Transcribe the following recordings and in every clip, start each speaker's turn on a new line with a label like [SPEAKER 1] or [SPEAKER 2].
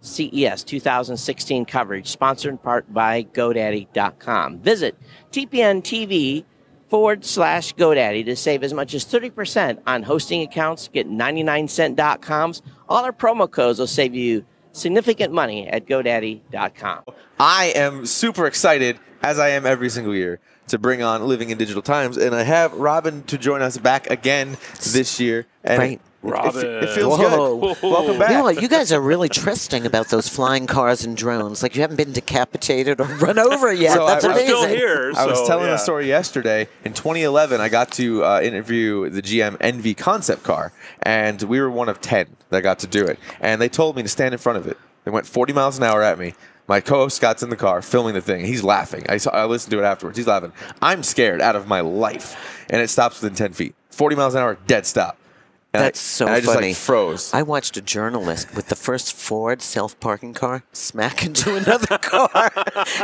[SPEAKER 1] CES 2016 coverage, sponsored in part by GoDaddy.com. Visit TPN TV forward slash GoDaddy to save as much as 30% on hosting accounts. Get 99cent.coms. All our promo codes will save you significant money at GoDaddy.com.
[SPEAKER 2] I am super excited, as I am every single year, to bring on Living in Digital Times, and I have Robin to join us back again this year. And
[SPEAKER 3] Right.
[SPEAKER 2] it- it-
[SPEAKER 4] Robin.
[SPEAKER 2] it, feels
[SPEAKER 3] Whoa.
[SPEAKER 2] good. Welcome back.
[SPEAKER 3] You, know, you guys are really trysting about those flying cars and drones. Like you haven't been decapitated or run over yet.
[SPEAKER 2] So
[SPEAKER 3] That's
[SPEAKER 2] I- I'm
[SPEAKER 4] We're
[SPEAKER 3] amazing.
[SPEAKER 4] still here.
[SPEAKER 2] I was
[SPEAKER 4] so,
[SPEAKER 2] telling
[SPEAKER 4] yeah.
[SPEAKER 2] a story yesterday. In 2011, I got to uh, interview the GM Envy concept car, and we were one of 10 that got to do it. And they told me to stand in front of it. They went 40 miles an hour at me. My co-host Scott's in the car filming the thing. He's laughing. I, saw, I listened to it afterwards. He's laughing. I'm scared out of my life, and it stops within 10 feet. 40 miles an hour, dead stop. And I-
[SPEAKER 3] That's so
[SPEAKER 2] and I just
[SPEAKER 3] funny.
[SPEAKER 2] like froze.
[SPEAKER 3] I watched a journalist with the first Ford self-parking car smack into another car,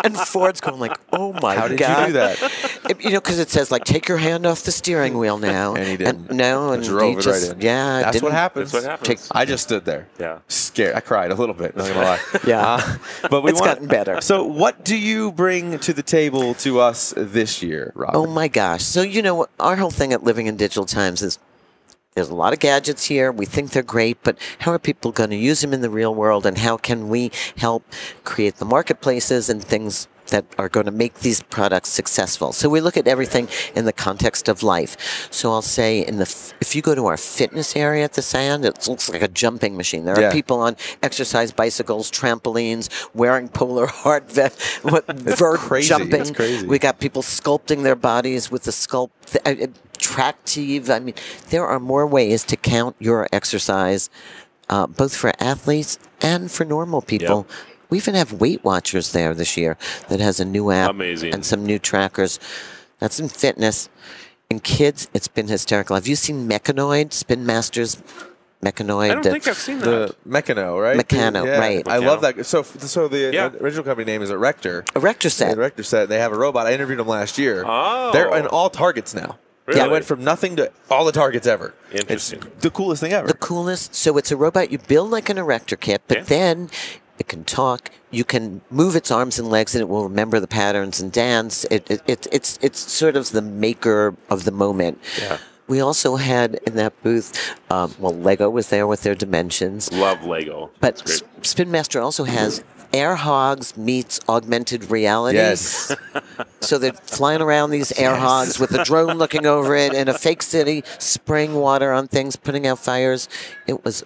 [SPEAKER 3] and Ford's going like, "Oh my
[SPEAKER 2] How did you
[SPEAKER 3] god!"
[SPEAKER 2] do that?
[SPEAKER 3] It- you know, because it says like, "Take your hand off the steering wheel now."
[SPEAKER 2] And he didn't.
[SPEAKER 3] no,
[SPEAKER 2] I
[SPEAKER 3] and
[SPEAKER 2] drove
[SPEAKER 3] he
[SPEAKER 2] it
[SPEAKER 3] just
[SPEAKER 2] right in.
[SPEAKER 3] yeah.
[SPEAKER 2] that's
[SPEAKER 3] didn't-
[SPEAKER 2] what happens.
[SPEAKER 4] That's what happens.
[SPEAKER 3] Take-
[SPEAKER 2] I just stood there.
[SPEAKER 4] Yeah.
[SPEAKER 2] Scared. I cried a little bit. Not gonna lie.
[SPEAKER 3] Yeah.
[SPEAKER 2] Uh, but we
[SPEAKER 3] It's
[SPEAKER 2] want-
[SPEAKER 3] gotten better.
[SPEAKER 2] So, what do you bring to the table to us this year, Rob?
[SPEAKER 3] Oh my gosh! So you know, our whole thing at Living in Digital Times is there's a lot of gadgets here. We think they're great, but how are people going to use them in the real world? And how can we help create the marketplaces and things that are going to make these products successful? So we look at everything in the context of life. So I'll say, in the f- if you go to our fitness area at the Sand, it looks like a jumping machine. There are
[SPEAKER 2] Yeah.
[SPEAKER 3] people on exercise bicycles, trampolines, wearing polar hard vest, what, vert
[SPEAKER 2] crazy.
[SPEAKER 3] jumping.
[SPEAKER 2] It's crazy.
[SPEAKER 3] We got got people sculpting their bodies with the sculpt uh, attractive. I mean, there are more ways to count your exercise, uh, both for athletes and for normal people. We even have Weight Watchers there this year that has a new app
[SPEAKER 4] Amazing.
[SPEAKER 3] and some new trackers. That's in fitness. In kids, it's been hysterical. Have you seen Mechanoid, Spin Masters Mechanoid?
[SPEAKER 4] I don't
[SPEAKER 3] The-
[SPEAKER 4] think I've seen that.
[SPEAKER 2] The Meccano, right?
[SPEAKER 3] Meccano,
[SPEAKER 2] Yeah.
[SPEAKER 3] right.
[SPEAKER 2] I
[SPEAKER 4] Meccano.
[SPEAKER 2] love that. So, so the
[SPEAKER 4] Yeah.
[SPEAKER 2] original company name is Erector.
[SPEAKER 3] Erector set.
[SPEAKER 2] The Erector set. They have a robot. I interviewed them last year.
[SPEAKER 4] Oh.
[SPEAKER 2] They're in all targets now.
[SPEAKER 4] Really?
[SPEAKER 2] They went from nothing to all the targets ever.
[SPEAKER 4] Interesting.
[SPEAKER 2] It's the coolest thing ever.
[SPEAKER 3] the coolest. So it's a robot you build like an erector kit, but
[SPEAKER 4] Yeah.
[SPEAKER 3] then it can talk. You can move its arms and legs, and it will remember the patterns and dance. It, it, it it's it's sort of the maker of the moment.
[SPEAKER 4] Yeah.
[SPEAKER 3] We also had in that booth, um, well, Lego was there with their dimensions.
[SPEAKER 4] Love Lego.
[SPEAKER 3] But
[SPEAKER 4] It's
[SPEAKER 3] S-
[SPEAKER 4] great.
[SPEAKER 3] Spin Master also has air hogs meets augmented reality.
[SPEAKER 2] yes.
[SPEAKER 3] So they're flying around these air hogs with a drone looking over it in a fake city, spraying water on things, putting out fires. It was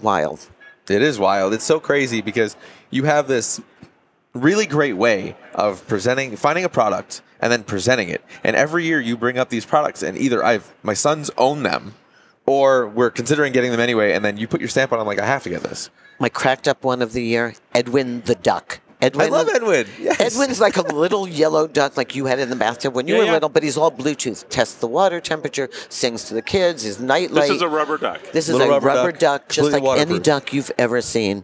[SPEAKER 3] wild.
[SPEAKER 2] It is wild. It's so crazy because you have this really great way of presenting, finding a product and then presenting it. And every year you bring up these products, and either I've my sons own them, or we're considering getting them anyway. And then you put your stamp on. them like, I have to get this.
[SPEAKER 3] My cracked up one of the year, Edwin the Duck. Edwin,
[SPEAKER 2] I love Edwin. Yes.
[SPEAKER 3] Edwin's like a little yellow duck, like you had in the bathtub when you
[SPEAKER 4] Yeah,
[SPEAKER 3] were
[SPEAKER 4] yeah.
[SPEAKER 3] little, but he's all Bluetooth. Tests the water temperature, sings to the kids, he's nightlight.
[SPEAKER 4] This is a rubber duck.
[SPEAKER 3] This is
[SPEAKER 2] Little
[SPEAKER 3] a
[SPEAKER 2] rubber
[SPEAKER 3] rubber,
[SPEAKER 2] duck,
[SPEAKER 3] duck, just
[SPEAKER 2] completely
[SPEAKER 3] like any
[SPEAKER 2] waterproof.
[SPEAKER 3] duck you've ever seen.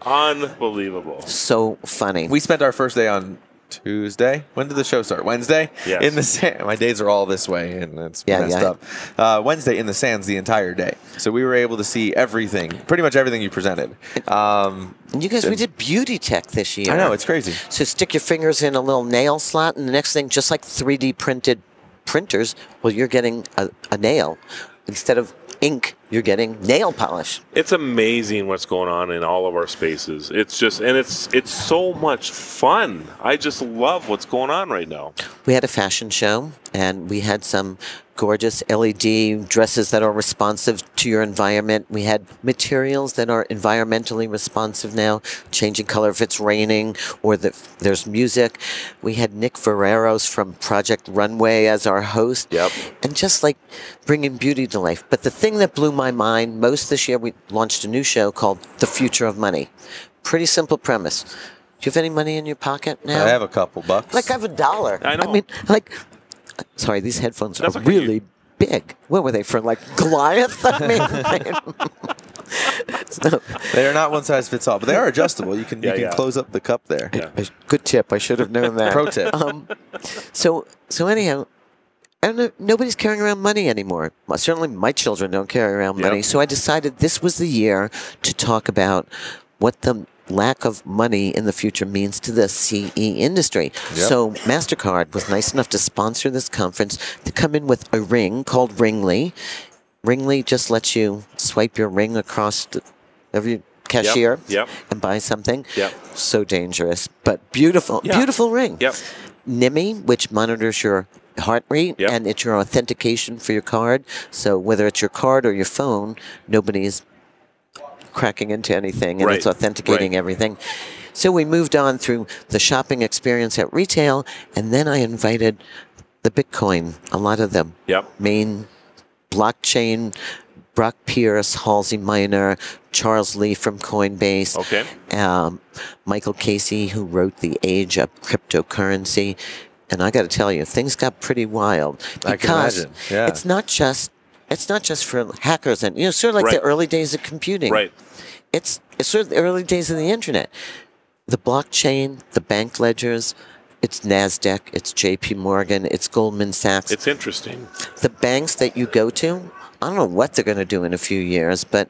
[SPEAKER 4] Unbelievable.
[SPEAKER 3] So funny.
[SPEAKER 2] We spent our first day on Tuesday. When did the show start? Wednesday.
[SPEAKER 4] Yes.
[SPEAKER 2] In the sand. My days are all this way, and it's
[SPEAKER 3] Yeah,
[SPEAKER 2] messed
[SPEAKER 3] yeah.
[SPEAKER 2] up. Uh, Wednesday in the sands the entire day, so we were able to see everything, pretty much everything you presented. Um,
[SPEAKER 3] and you guys, we did beauty tech this year.
[SPEAKER 2] I know it's crazy.
[SPEAKER 3] So stick your fingers in a little nail slot, and the next thing, just like 3D printed printers, well, you're getting a, a nail. Instead of ink, you're getting nail polish.
[SPEAKER 4] It's amazing what's going on in all of our spaces. It's just and it's it's so much fun. I just love what's going on right now.
[SPEAKER 3] We had a fashion show, and we had some gorgeous LED dresses that are responsive to your environment. We had materials that are environmentally responsive now, changing color if it's raining or that there's music. We had Nick Ferreros from Project Runway as our host.
[SPEAKER 4] Yep.
[SPEAKER 3] and just like bringing beauty to life. But the thing that blew my mind most this year, we launched a new show called The Future of Money. Pretty simple premise. Do you have any money in your pocket now?
[SPEAKER 2] I have a couple bucks.
[SPEAKER 3] like I have a dollar.
[SPEAKER 4] I know.
[SPEAKER 3] mean, like, sorry, these headphones
[SPEAKER 4] That's
[SPEAKER 3] are
[SPEAKER 4] okay.
[SPEAKER 3] really big. What were they from? Like Goliath? I mean, so,
[SPEAKER 2] They are not one size fits all, but they are adjustable. You can
[SPEAKER 4] Yeah,
[SPEAKER 2] you can
[SPEAKER 4] yeah.
[SPEAKER 2] close up the cup there.
[SPEAKER 4] Yeah.
[SPEAKER 3] I- good tip. I should have known that.
[SPEAKER 2] Pro tip.
[SPEAKER 3] Um, so, so anyhow, I don't know. Nobody's carrying around money anymore. Well, certainly, my children don't carry around money.
[SPEAKER 4] Yep.
[SPEAKER 3] So I decided this was the year to talk about what the lack of money in the future means to the CE industry. So MasterCard was nice enough to sponsor this conference to come in with a ring called Ringly. Ringly just lets you swipe your ring across the, every cashier
[SPEAKER 4] yep.
[SPEAKER 3] and buy something.
[SPEAKER 4] Yep.
[SPEAKER 3] So dangerous, but beautiful,
[SPEAKER 4] Yeah.
[SPEAKER 3] beautiful ring.
[SPEAKER 4] Yep.
[SPEAKER 3] NIMI, which monitors your heart rate
[SPEAKER 4] Yep.
[SPEAKER 3] and it's your authentication for your card. So whether it's your card or your phone, nobody's cracking into anything and it's
[SPEAKER 4] Right.
[SPEAKER 3] authenticating
[SPEAKER 4] Right.
[SPEAKER 3] everything. So we moved on through the shopping experience at retail and then I invited the Bitcoin, a lot of them
[SPEAKER 4] Yep.
[SPEAKER 3] main blockchain, Brock Pierce, Halsey Miner, Charles Lee from Coinbase,
[SPEAKER 4] Okay.
[SPEAKER 3] um, Michael Casey, who wrote The Age of Cryptocurrency. And I got to tell you, things got pretty wild
[SPEAKER 2] I can
[SPEAKER 3] because
[SPEAKER 2] imagine, yeah.
[SPEAKER 3] it's not just it's not just for hackers and you know sort of like the
[SPEAKER 4] Right.
[SPEAKER 3] early days of computing
[SPEAKER 4] Right.
[SPEAKER 3] it's it's sort of the early days of the internet. The blockchain, the bank ledgers, it's Nasdaq, it's J.P. Morgan, it's Goldman Sachs.
[SPEAKER 4] It's interesting.
[SPEAKER 3] the banks that you go to. I don't know what they're going to do in a few years, but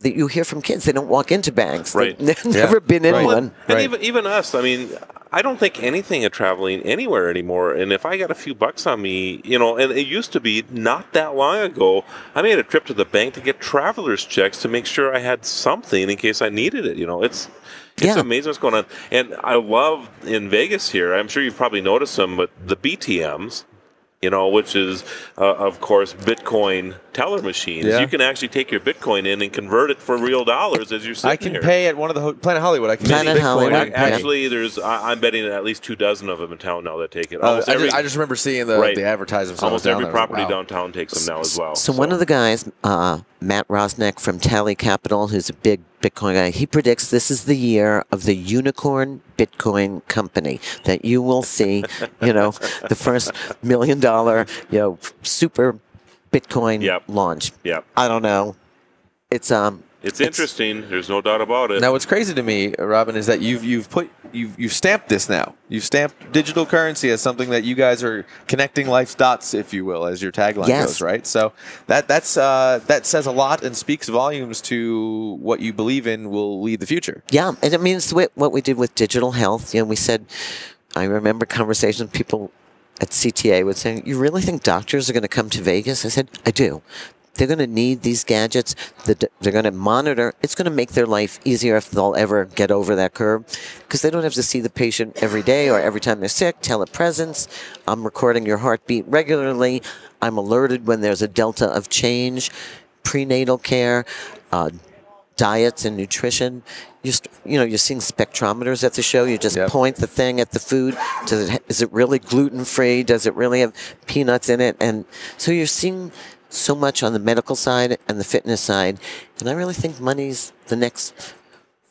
[SPEAKER 3] that you hear from kids, they don't walk into banks. They-
[SPEAKER 4] Right.
[SPEAKER 3] They've never been in
[SPEAKER 2] Right.
[SPEAKER 3] one.
[SPEAKER 4] And
[SPEAKER 2] Right.
[SPEAKER 4] even even us, I mean, I don't think anything of traveling anywhere anymore. And if I got a few bucks on me, you know, and it used to be not that long ago, I made a trip to the bank to get travelers checks to make sure I had something in case I needed it. You know, it's it's
[SPEAKER 3] Yeah.
[SPEAKER 4] amazing what's going on. And I love in Vegas here. I'm sure you've probably noticed them, but the BTM's. You know, which is, uh, of course, Bitcoin teller machines.
[SPEAKER 2] Yeah.
[SPEAKER 4] You can actually take your Bitcoin in and convert it for real dollars as you're sitting
[SPEAKER 2] I can
[SPEAKER 4] here.
[SPEAKER 2] pay at one of the ho- Planet Hollywood. I can
[SPEAKER 3] Planet
[SPEAKER 2] pay in Bitcoin.
[SPEAKER 3] Hollywood,
[SPEAKER 2] I can pay.
[SPEAKER 3] yeah.
[SPEAKER 4] Actually, there's. I, I'm betting at least two dozen of them in town now that take it.
[SPEAKER 2] Uh,
[SPEAKER 4] Almost
[SPEAKER 2] I,
[SPEAKER 4] every,
[SPEAKER 2] just, I just remember seeing the,
[SPEAKER 4] Right.
[SPEAKER 2] the advertisements. when I was
[SPEAKER 4] almost
[SPEAKER 2] down
[SPEAKER 4] every
[SPEAKER 2] there. I was like,
[SPEAKER 4] property
[SPEAKER 2] wow.
[SPEAKER 4] downtown takes them now as well.
[SPEAKER 3] So, one of the guys, uh, Matt Rosnick from Tally Capital, who's a big Bitcoin guy, he predicts this is the year of the unicorn Bitcoin company that you will see, you know, the first million dollar, you know, super Bitcoin
[SPEAKER 4] Yep.
[SPEAKER 3] launch.
[SPEAKER 4] yeah,
[SPEAKER 3] I don't know. It's um
[SPEAKER 4] it's interesting. There's no doubt about it.
[SPEAKER 2] Now, what's crazy to me, Robin, is that you've you've put you've you've stamped this now. You've stamped digital currency as something that you guys are connecting life's dots, if you will, as your tagline
[SPEAKER 3] Yes.
[SPEAKER 2] goes, right? So that that's uh, that says a lot and speaks volumes to what you believe in will lead the future.
[SPEAKER 3] Yeah, and it means what what we did with digital health. You know, we said, I remember conversations with people at CTA would say, "You really think doctors are going to come to Vegas?" I said, "I do. They're going to need these gadgets. The d- They're going to monitor. It's going to make their life easier if they'll ever get over that curve, because they don't have to see the patient every day or every time they're sick. Telepresence. I'm recording your heartbeat regularly. I'm alerted when there's a delta of change. Prenatal care." Uh, diets and nutrition. You st- you know you're seeing spectrometers at the show. You just
[SPEAKER 2] Yep.
[SPEAKER 3] point the thing at the food. Does it, ha- is it really gluten free? Does it really have peanuts in it? And so you're seeing so much on the medical side and the fitness side. And I really think money's the next.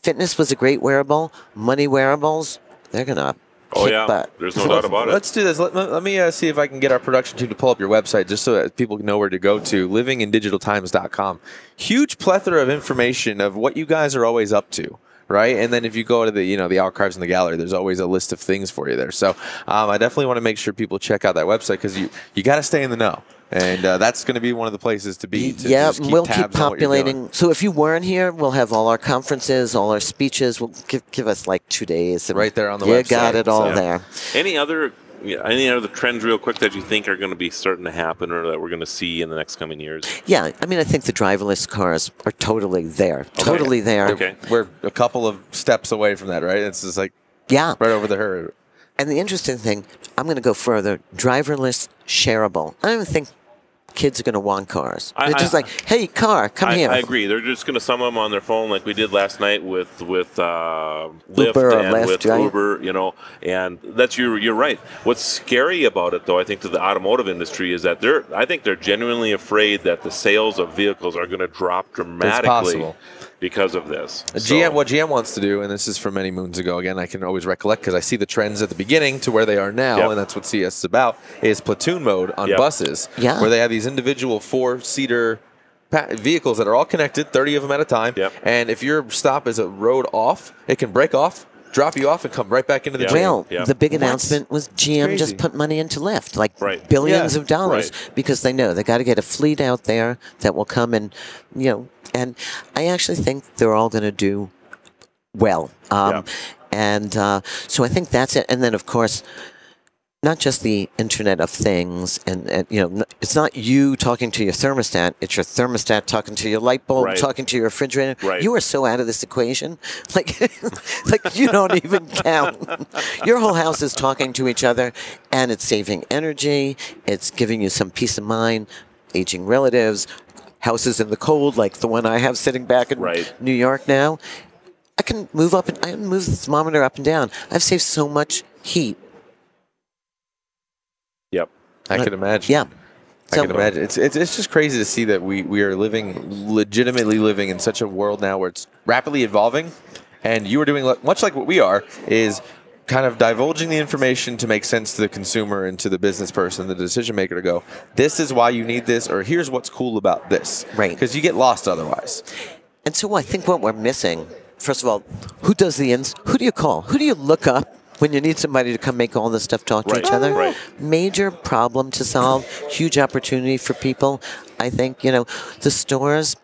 [SPEAKER 3] Fitness was a great wearable. Money wearables, they're gonna.
[SPEAKER 4] oh
[SPEAKER 3] kick
[SPEAKER 4] yeah,
[SPEAKER 3] butt.
[SPEAKER 4] there's no doubt about it.
[SPEAKER 2] Let's do this. Let, let- let me uh, see if I can get our production team to pull up your website just so that people know where to go to livingindigitaltimes.com. Huge plethora of information of what you guys are always up to. Right, and then if you go to the you know the archives and the gallery, there's always a list of things for you there. So um, I definitely want to make sure people check out that website because you you got to stay in the know, and uh, that's going to be one of the places to be. To
[SPEAKER 3] yeah,
[SPEAKER 2] just keep
[SPEAKER 3] we'll
[SPEAKER 2] tabs
[SPEAKER 3] keep
[SPEAKER 2] on what you're doing.
[SPEAKER 3] populating. So if you weren't here, we'll have all our conferences, all our speeches. We'll give give us like two days. and
[SPEAKER 2] Right there on the
[SPEAKER 3] you
[SPEAKER 2] website.
[SPEAKER 3] got it all
[SPEAKER 2] So-
[SPEAKER 3] there.
[SPEAKER 4] Any other yeah, any other trends, real quick, that you think are going to be starting to happen or that we're going to see in the next coming years?
[SPEAKER 3] Yeah, I mean, I think the driverless cars are totally there, totally there.
[SPEAKER 4] Okay.
[SPEAKER 2] We're a couple of steps away from that, right? It's just like
[SPEAKER 3] Yeah,
[SPEAKER 2] right over the herd.
[SPEAKER 3] and the interesting thing, I'm going to go further: driverless, shareable. I don't even think kids are going to want cars.
[SPEAKER 4] I-
[SPEAKER 3] They're
[SPEAKER 4] I-
[SPEAKER 3] just like, "Hey, car, come
[SPEAKER 4] I,
[SPEAKER 3] here."
[SPEAKER 4] I agree. They're just going to sum them on their phone like we did last night with with uh, Lyft
[SPEAKER 3] Uber or
[SPEAKER 4] and
[SPEAKER 3] Lyft,
[SPEAKER 4] with
[SPEAKER 3] right?
[SPEAKER 4] Uber. You know, and that's you. You're right. What's scary about it, though, I think to the automotive industry is that they're. I think they're genuinely afraid that the sales of vehicles are going to drop dramatically
[SPEAKER 2] possible.
[SPEAKER 4] because of this. So-
[SPEAKER 2] GM, what GM wants to do, and this is from many moons ago. Again, I can always recollect because I see the trends at the beginning to where they are now,
[SPEAKER 4] Yep.
[SPEAKER 2] and that's what CS is about: is platoon mode on
[SPEAKER 4] Yep.
[SPEAKER 2] buses,
[SPEAKER 3] Yeah.
[SPEAKER 2] where they have these individual four-seater pa- vehicles that are all connected, thirty of them at a time.
[SPEAKER 4] Yep.
[SPEAKER 2] And if your stop is a road off, it can break off, drop you off, and come right back into the
[SPEAKER 4] Yeah.
[SPEAKER 2] train.
[SPEAKER 3] Well,
[SPEAKER 4] Yeah.
[SPEAKER 3] the big
[SPEAKER 2] What?
[SPEAKER 3] announcement was GM
[SPEAKER 2] crazy.
[SPEAKER 3] just put money into Lyft, like
[SPEAKER 4] Right.
[SPEAKER 3] billions
[SPEAKER 2] Yeah.
[SPEAKER 3] of dollars, because they know they got to get a fleet out there that will come and, you know, and I actually think they're all going to do well. Um,
[SPEAKER 4] Yeah.
[SPEAKER 3] And uh, so I think that's it. And then, of course, not just the Internet of Things, and, and you know, n- it's not you talking to your thermostat; it's your thermostat talking to your light bulb,
[SPEAKER 4] Right.
[SPEAKER 3] talking to your refrigerator.
[SPEAKER 4] Right.
[SPEAKER 3] You are so out of this equation, like, like you don't even count. Your whole house is talking to each other, and it's saving energy. It's giving you some peace of mind. Aging relatives, houses in the cold, like the one I have sitting back in
[SPEAKER 4] Right.
[SPEAKER 3] New York now. I can move up and I can move the thermometer up and down. I've saved so much heat.
[SPEAKER 4] Yep.
[SPEAKER 2] I
[SPEAKER 3] Right.
[SPEAKER 2] can imagine.
[SPEAKER 3] uh, Yeah.
[SPEAKER 2] I can imagine. It's, it's it's just crazy to see that we we are living legitimately living in such a world now where it's rapidly evolving, and you are doing lo- much like what we are is kind of divulging the information to make sense to the consumer and to the business person, the decision maker to go, this is why you need this, or here's what's cool about this,
[SPEAKER 3] Right.
[SPEAKER 2] Because you get lost otherwise.
[SPEAKER 3] And so I think what we're missing, first of all, who does the ins? Who do you call? Who do you look up when you need somebody to come make all this stuff talk to
[SPEAKER 4] Right,
[SPEAKER 3] each other?
[SPEAKER 4] right.
[SPEAKER 3] Major problem to solve, huge opportunity for people. I think, you know, the stores,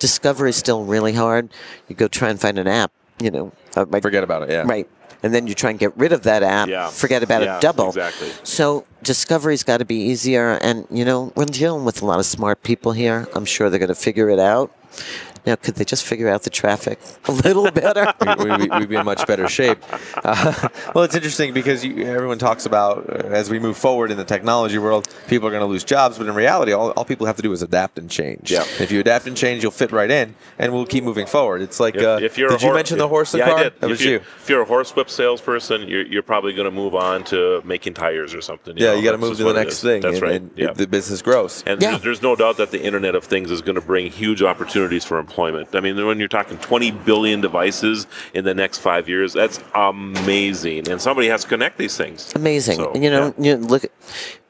[SPEAKER 3] discovery is still really hard. You go try and find an app, you know, uh, like-
[SPEAKER 2] Forget about it. Yeah.
[SPEAKER 3] Right. And then you try and get rid of that app,
[SPEAKER 4] Yeah.
[SPEAKER 3] forget about
[SPEAKER 4] Yeah,
[SPEAKER 3] it double.
[SPEAKER 4] exactly.
[SPEAKER 3] So discovery's got to be easier. And, you know, we're dealing with a lot of smart people here. I'm sure they're going to figure it out. Now, could they just figure out the traffic a little better?
[SPEAKER 2] we, we, we'd be in much better shape. Uh, well, it's interesting because you, everyone talks about uh, as we move forward in the technology world, people are going to lose jobs, but in reality, all, all people have to do is adapt and change.
[SPEAKER 4] Yeah.
[SPEAKER 2] If you adapt and change, you'll fit right in, and we'll keep moving forward. It's like, uh, did you
[SPEAKER 4] hor-
[SPEAKER 2] mention the horse and
[SPEAKER 4] yeah,
[SPEAKER 2] car?
[SPEAKER 4] I did.
[SPEAKER 2] That
[SPEAKER 4] if
[SPEAKER 2] was
[SPEAKER 4] you're,
[SPEAKER 2] you.
[SPEAKER 4] If you're a horsewhip salesperson, you're, you're probably going to move on to making tires or something.
[SPEAKER 2] Yeah,
[SPEAKER 4] know,
[SPEAKER 2] you got to
[SPEAKER 4] that's
[SPEAKER 2] move
[SPEAKER 4] just
[SPEAKER 2] to the
[SPEAKER 4] what it
[SPEAKER 2] next
[SPEAKER 4] is.
[SPEAKER 2] thing.
[SPEAKER 4] That's
[SPEAKER 2] and,
[SPEAKER 4] right.
[SPEAKER 2] and
[SPEAKER 4] yeah.
[SPEAKER 2] the business grows.
[SPEAKER 4] And
[SPEAKER 3] Yeah.
[SPEAKER 4] there's, there's no doubt that the Internet of Things is going to bring huge opportunities for employment. I mean, when you're talking 20 billion devices in the next five years, that's amazing. And somebody has to connect these things.
[SPEAKER 3] Amazing.
[SPEAKER 4] So,
[SPEAKER 3] and, you know,
[SPEAKER 4] yeah.
[SPEAKER 3] you look at,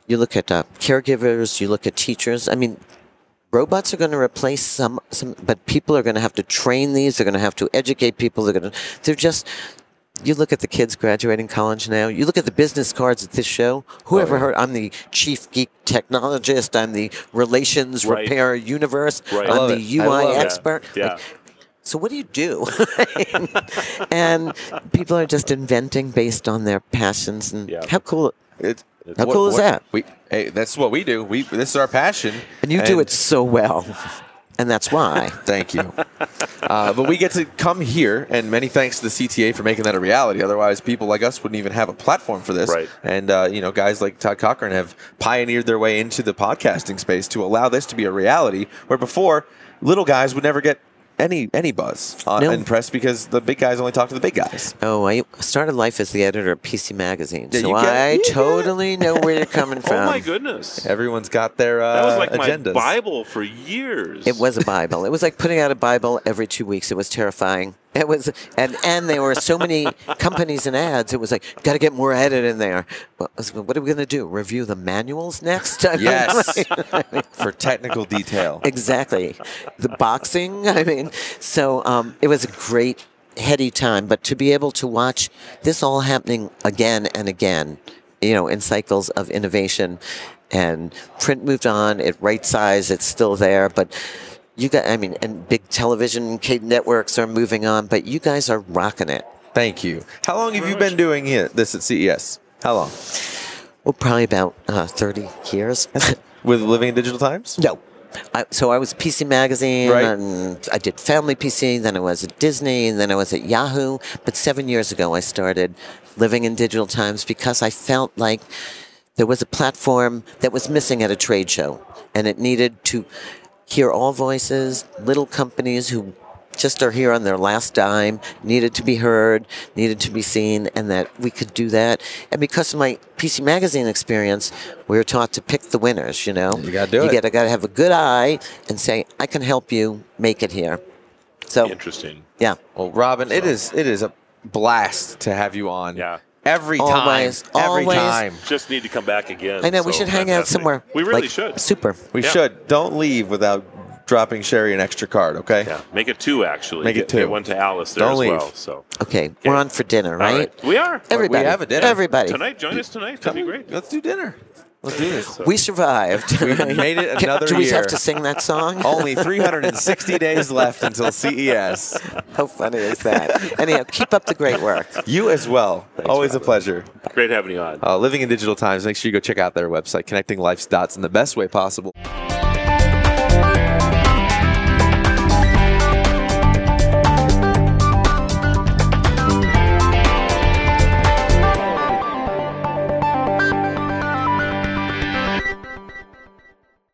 [SPEAKER 3] you look at uh, caregivers, you look at teachers. I mean, robots are going to replace some, some, but people are going to have to train these. They're going to have to educate people. They're going to, they're just, you look at the kids graduating college now. You look at the business cards at this show.
[SPEAKER 2] Oh,
[SPEAKER 3] Whoever heard, I'm the chief geek technologist. I'm the relations
[SPEAKER 4] Right.
[SPEAKER 3] repair universe.
[SPEAKER 4] Right.
[SPEAKER 3] I'm
[SPEAKER 2] Love
[SPEAKER 3] the
[SPEAKER 2] it. I
[SPEAKER 3] UI
[SPEAKER 2] love it.
[SPEAKER 3] expert.
[SPEAKER 4] Yeah.
[SPEAKER 3] Like, so what do you do? and people are just inventing based on their passions and
[SPEAKER 4] Yeah.
[SPEAKER 3] how cool.
[SPEAKER 2] It's-
[SPEAKER 3] How cool is that?
[SPEAKER 2] We, hey, that's what we do. We this is our passion,
[SPEAKER 3] And you do it so well. And that's why.
[SPEAKER 2] Thank you. Uh, but we get to come here, and many thanks to the CTA for making that a reality. Otherwise, people like us wouldn't even have a platform for this.
[SPEAKER 4] Right.
[SPEAKER 2] And uh, you know, guys like Todd Cochran have pioneered their way into the podcasting space to allow this to be a reality, where before little guys would never get any any buzz on,
[SPEAKER 3] No.
[SPEAKER 2] in press because the big guys only talk to the big guys.
[SPEAKER 3] Oh, I started life as the editor of PC Magazine,
[SPEAKER 2] Yeah,
[SPEAKER 3] so
[SPEAKER 2] you get-
[SPEAKER 3] I
[SPEAKER 2] you get it.
[SPEAKER 3] totally know where you're coming from.
[SPEAKER 4] Oh, my goodness.
[SPEAKER 2] Everyone's got their uh,
[SPEAKER 4] That was like
[SPEAKER 2] agendas.
[SPEAKER 4] my Bible for years.
[SPEAKER 3] It was a Bible. It was like putting out a Bible every two weeks. It was terrifying. It was, and and there were so many companies and ads. It was like, got to get more edit in there. Well, I was like, What are we going to do? Review the manuals next? I mean,
[SPEAKER 2] Yes,
[SPEAKER 3] like-
[SPEAKER 2] for technical detail.
[SPEAKER 3] exactly. The boxing. I mean, so um, it was a great heady time. But to be able to watch this all happening again and again, you know, in cycles of innovation, and print moved on. It right sized. It's still there, but. You got, I mean, and big television cable networks are moving on, but you guys are rocking it.
[SPEAKER 2] Thank you. How long have you been doing it, this at CES? How long?
[SPEAKER 3] Well, probably about uh, 30 years.
[SPEAKER 2] With Living in Digital Times?
[SPEAKER 3] No. I, so I was PC Magazine,
[SPEAKER 2] Right.
[SPEAKER 3] and I did Family PC, then I was at Disney, and then I was at Yahoo. But seven years ago, I started living in digital times because I felt like there was a platform that was missing at a trade show, and it needed to hear all voices, little companies who just are here on their last dime, needed to be heard, needed to be seen, and that we could do that. And because of my PC Magazine experience, we were taught to pick the winners, you know?
[SPEAKER 2] You gotta do it.
[SPEAKER 3] You gotta, gotta have a good eye and say, I can help you make it here. So,
[SPEAKER 4] interesting.
[SPEAKER 3] yeah.
[SPEAKER 2] Well, Robin, it is it is a blast to have you on.
[SPEAKER 4] Yeah.
[SPEAKER 2] Every
[SPEAKER 3] Always,
[SPEAKER 2] time. Every
[SPEAKER 3] always.
[SPEAKER 2] time.
[SPEAKER 4] Just need to come back again.
[SPEAKER 3] I know, we
[SPEAKER 4] So
[SPEAKER 3] should hang out
[SPEAKER 4] fantastic.
[SPEAKER 3] somewhere.
[SPEAKER 4] We really
[SPEAKER 3] Like,
[SPEAKER 4] should.
[SPEAKER 3] Super.
[SPEAKER 2] We
[SPEAKER 4] Yeah.
[SPEAKER 2] should. Don't leave without dropping Sherry an extra card, okay?
[SPEAKER 4] Yeah, make it two actually.
[SPEAKER 2] Make it
[SPEAKER 4] Get-
[SPEAKER 2] two.
[SPEAKER 4] Get one to Alice there
[SPEAKER 2] Don't
[SPEAKER 4] as
[SPEAKER 2] leave.
[SPEAKER 4] well. So
[SPEAKER 3] Okay, we're on for dinner,
[SPEAKER 4] All
[SPEAKER 3] right?
[SPEAKER 4] We are
[SPEAKER 3] Everybody.
[SPEAKER 2] have a dinner.
[SPEAKER 3] Everybody.
[SPEAKER 4] tonight. Join us tonight. That'd
[SPEAKER 2] Come
[SPEAKER 4] be
[SPEAKER 2] on,
[SPEAKER 4] great.
[SPEAKER 2] Let's do dinner. Let's do this.
[SPEAKER 3] We survived.
[SPEAKER 2] We made it another
[SPEAKER 3] Do we
[SPEAKER 2] year.
[SPEAKER 3] have to sing that song?
[SPEAKER 2] Only 360 days left until E CES.
[SPEAKER 3] How funny is that? Anyhow, keep up the great work.
[SPEAKER 2] You as well. Always a pleasure.
[SPEAKER 4] Great having you on.
[SPEAKER 2] Uh, living in digital times. Make sure you go check out their website, connecting life's dots in the best way possible.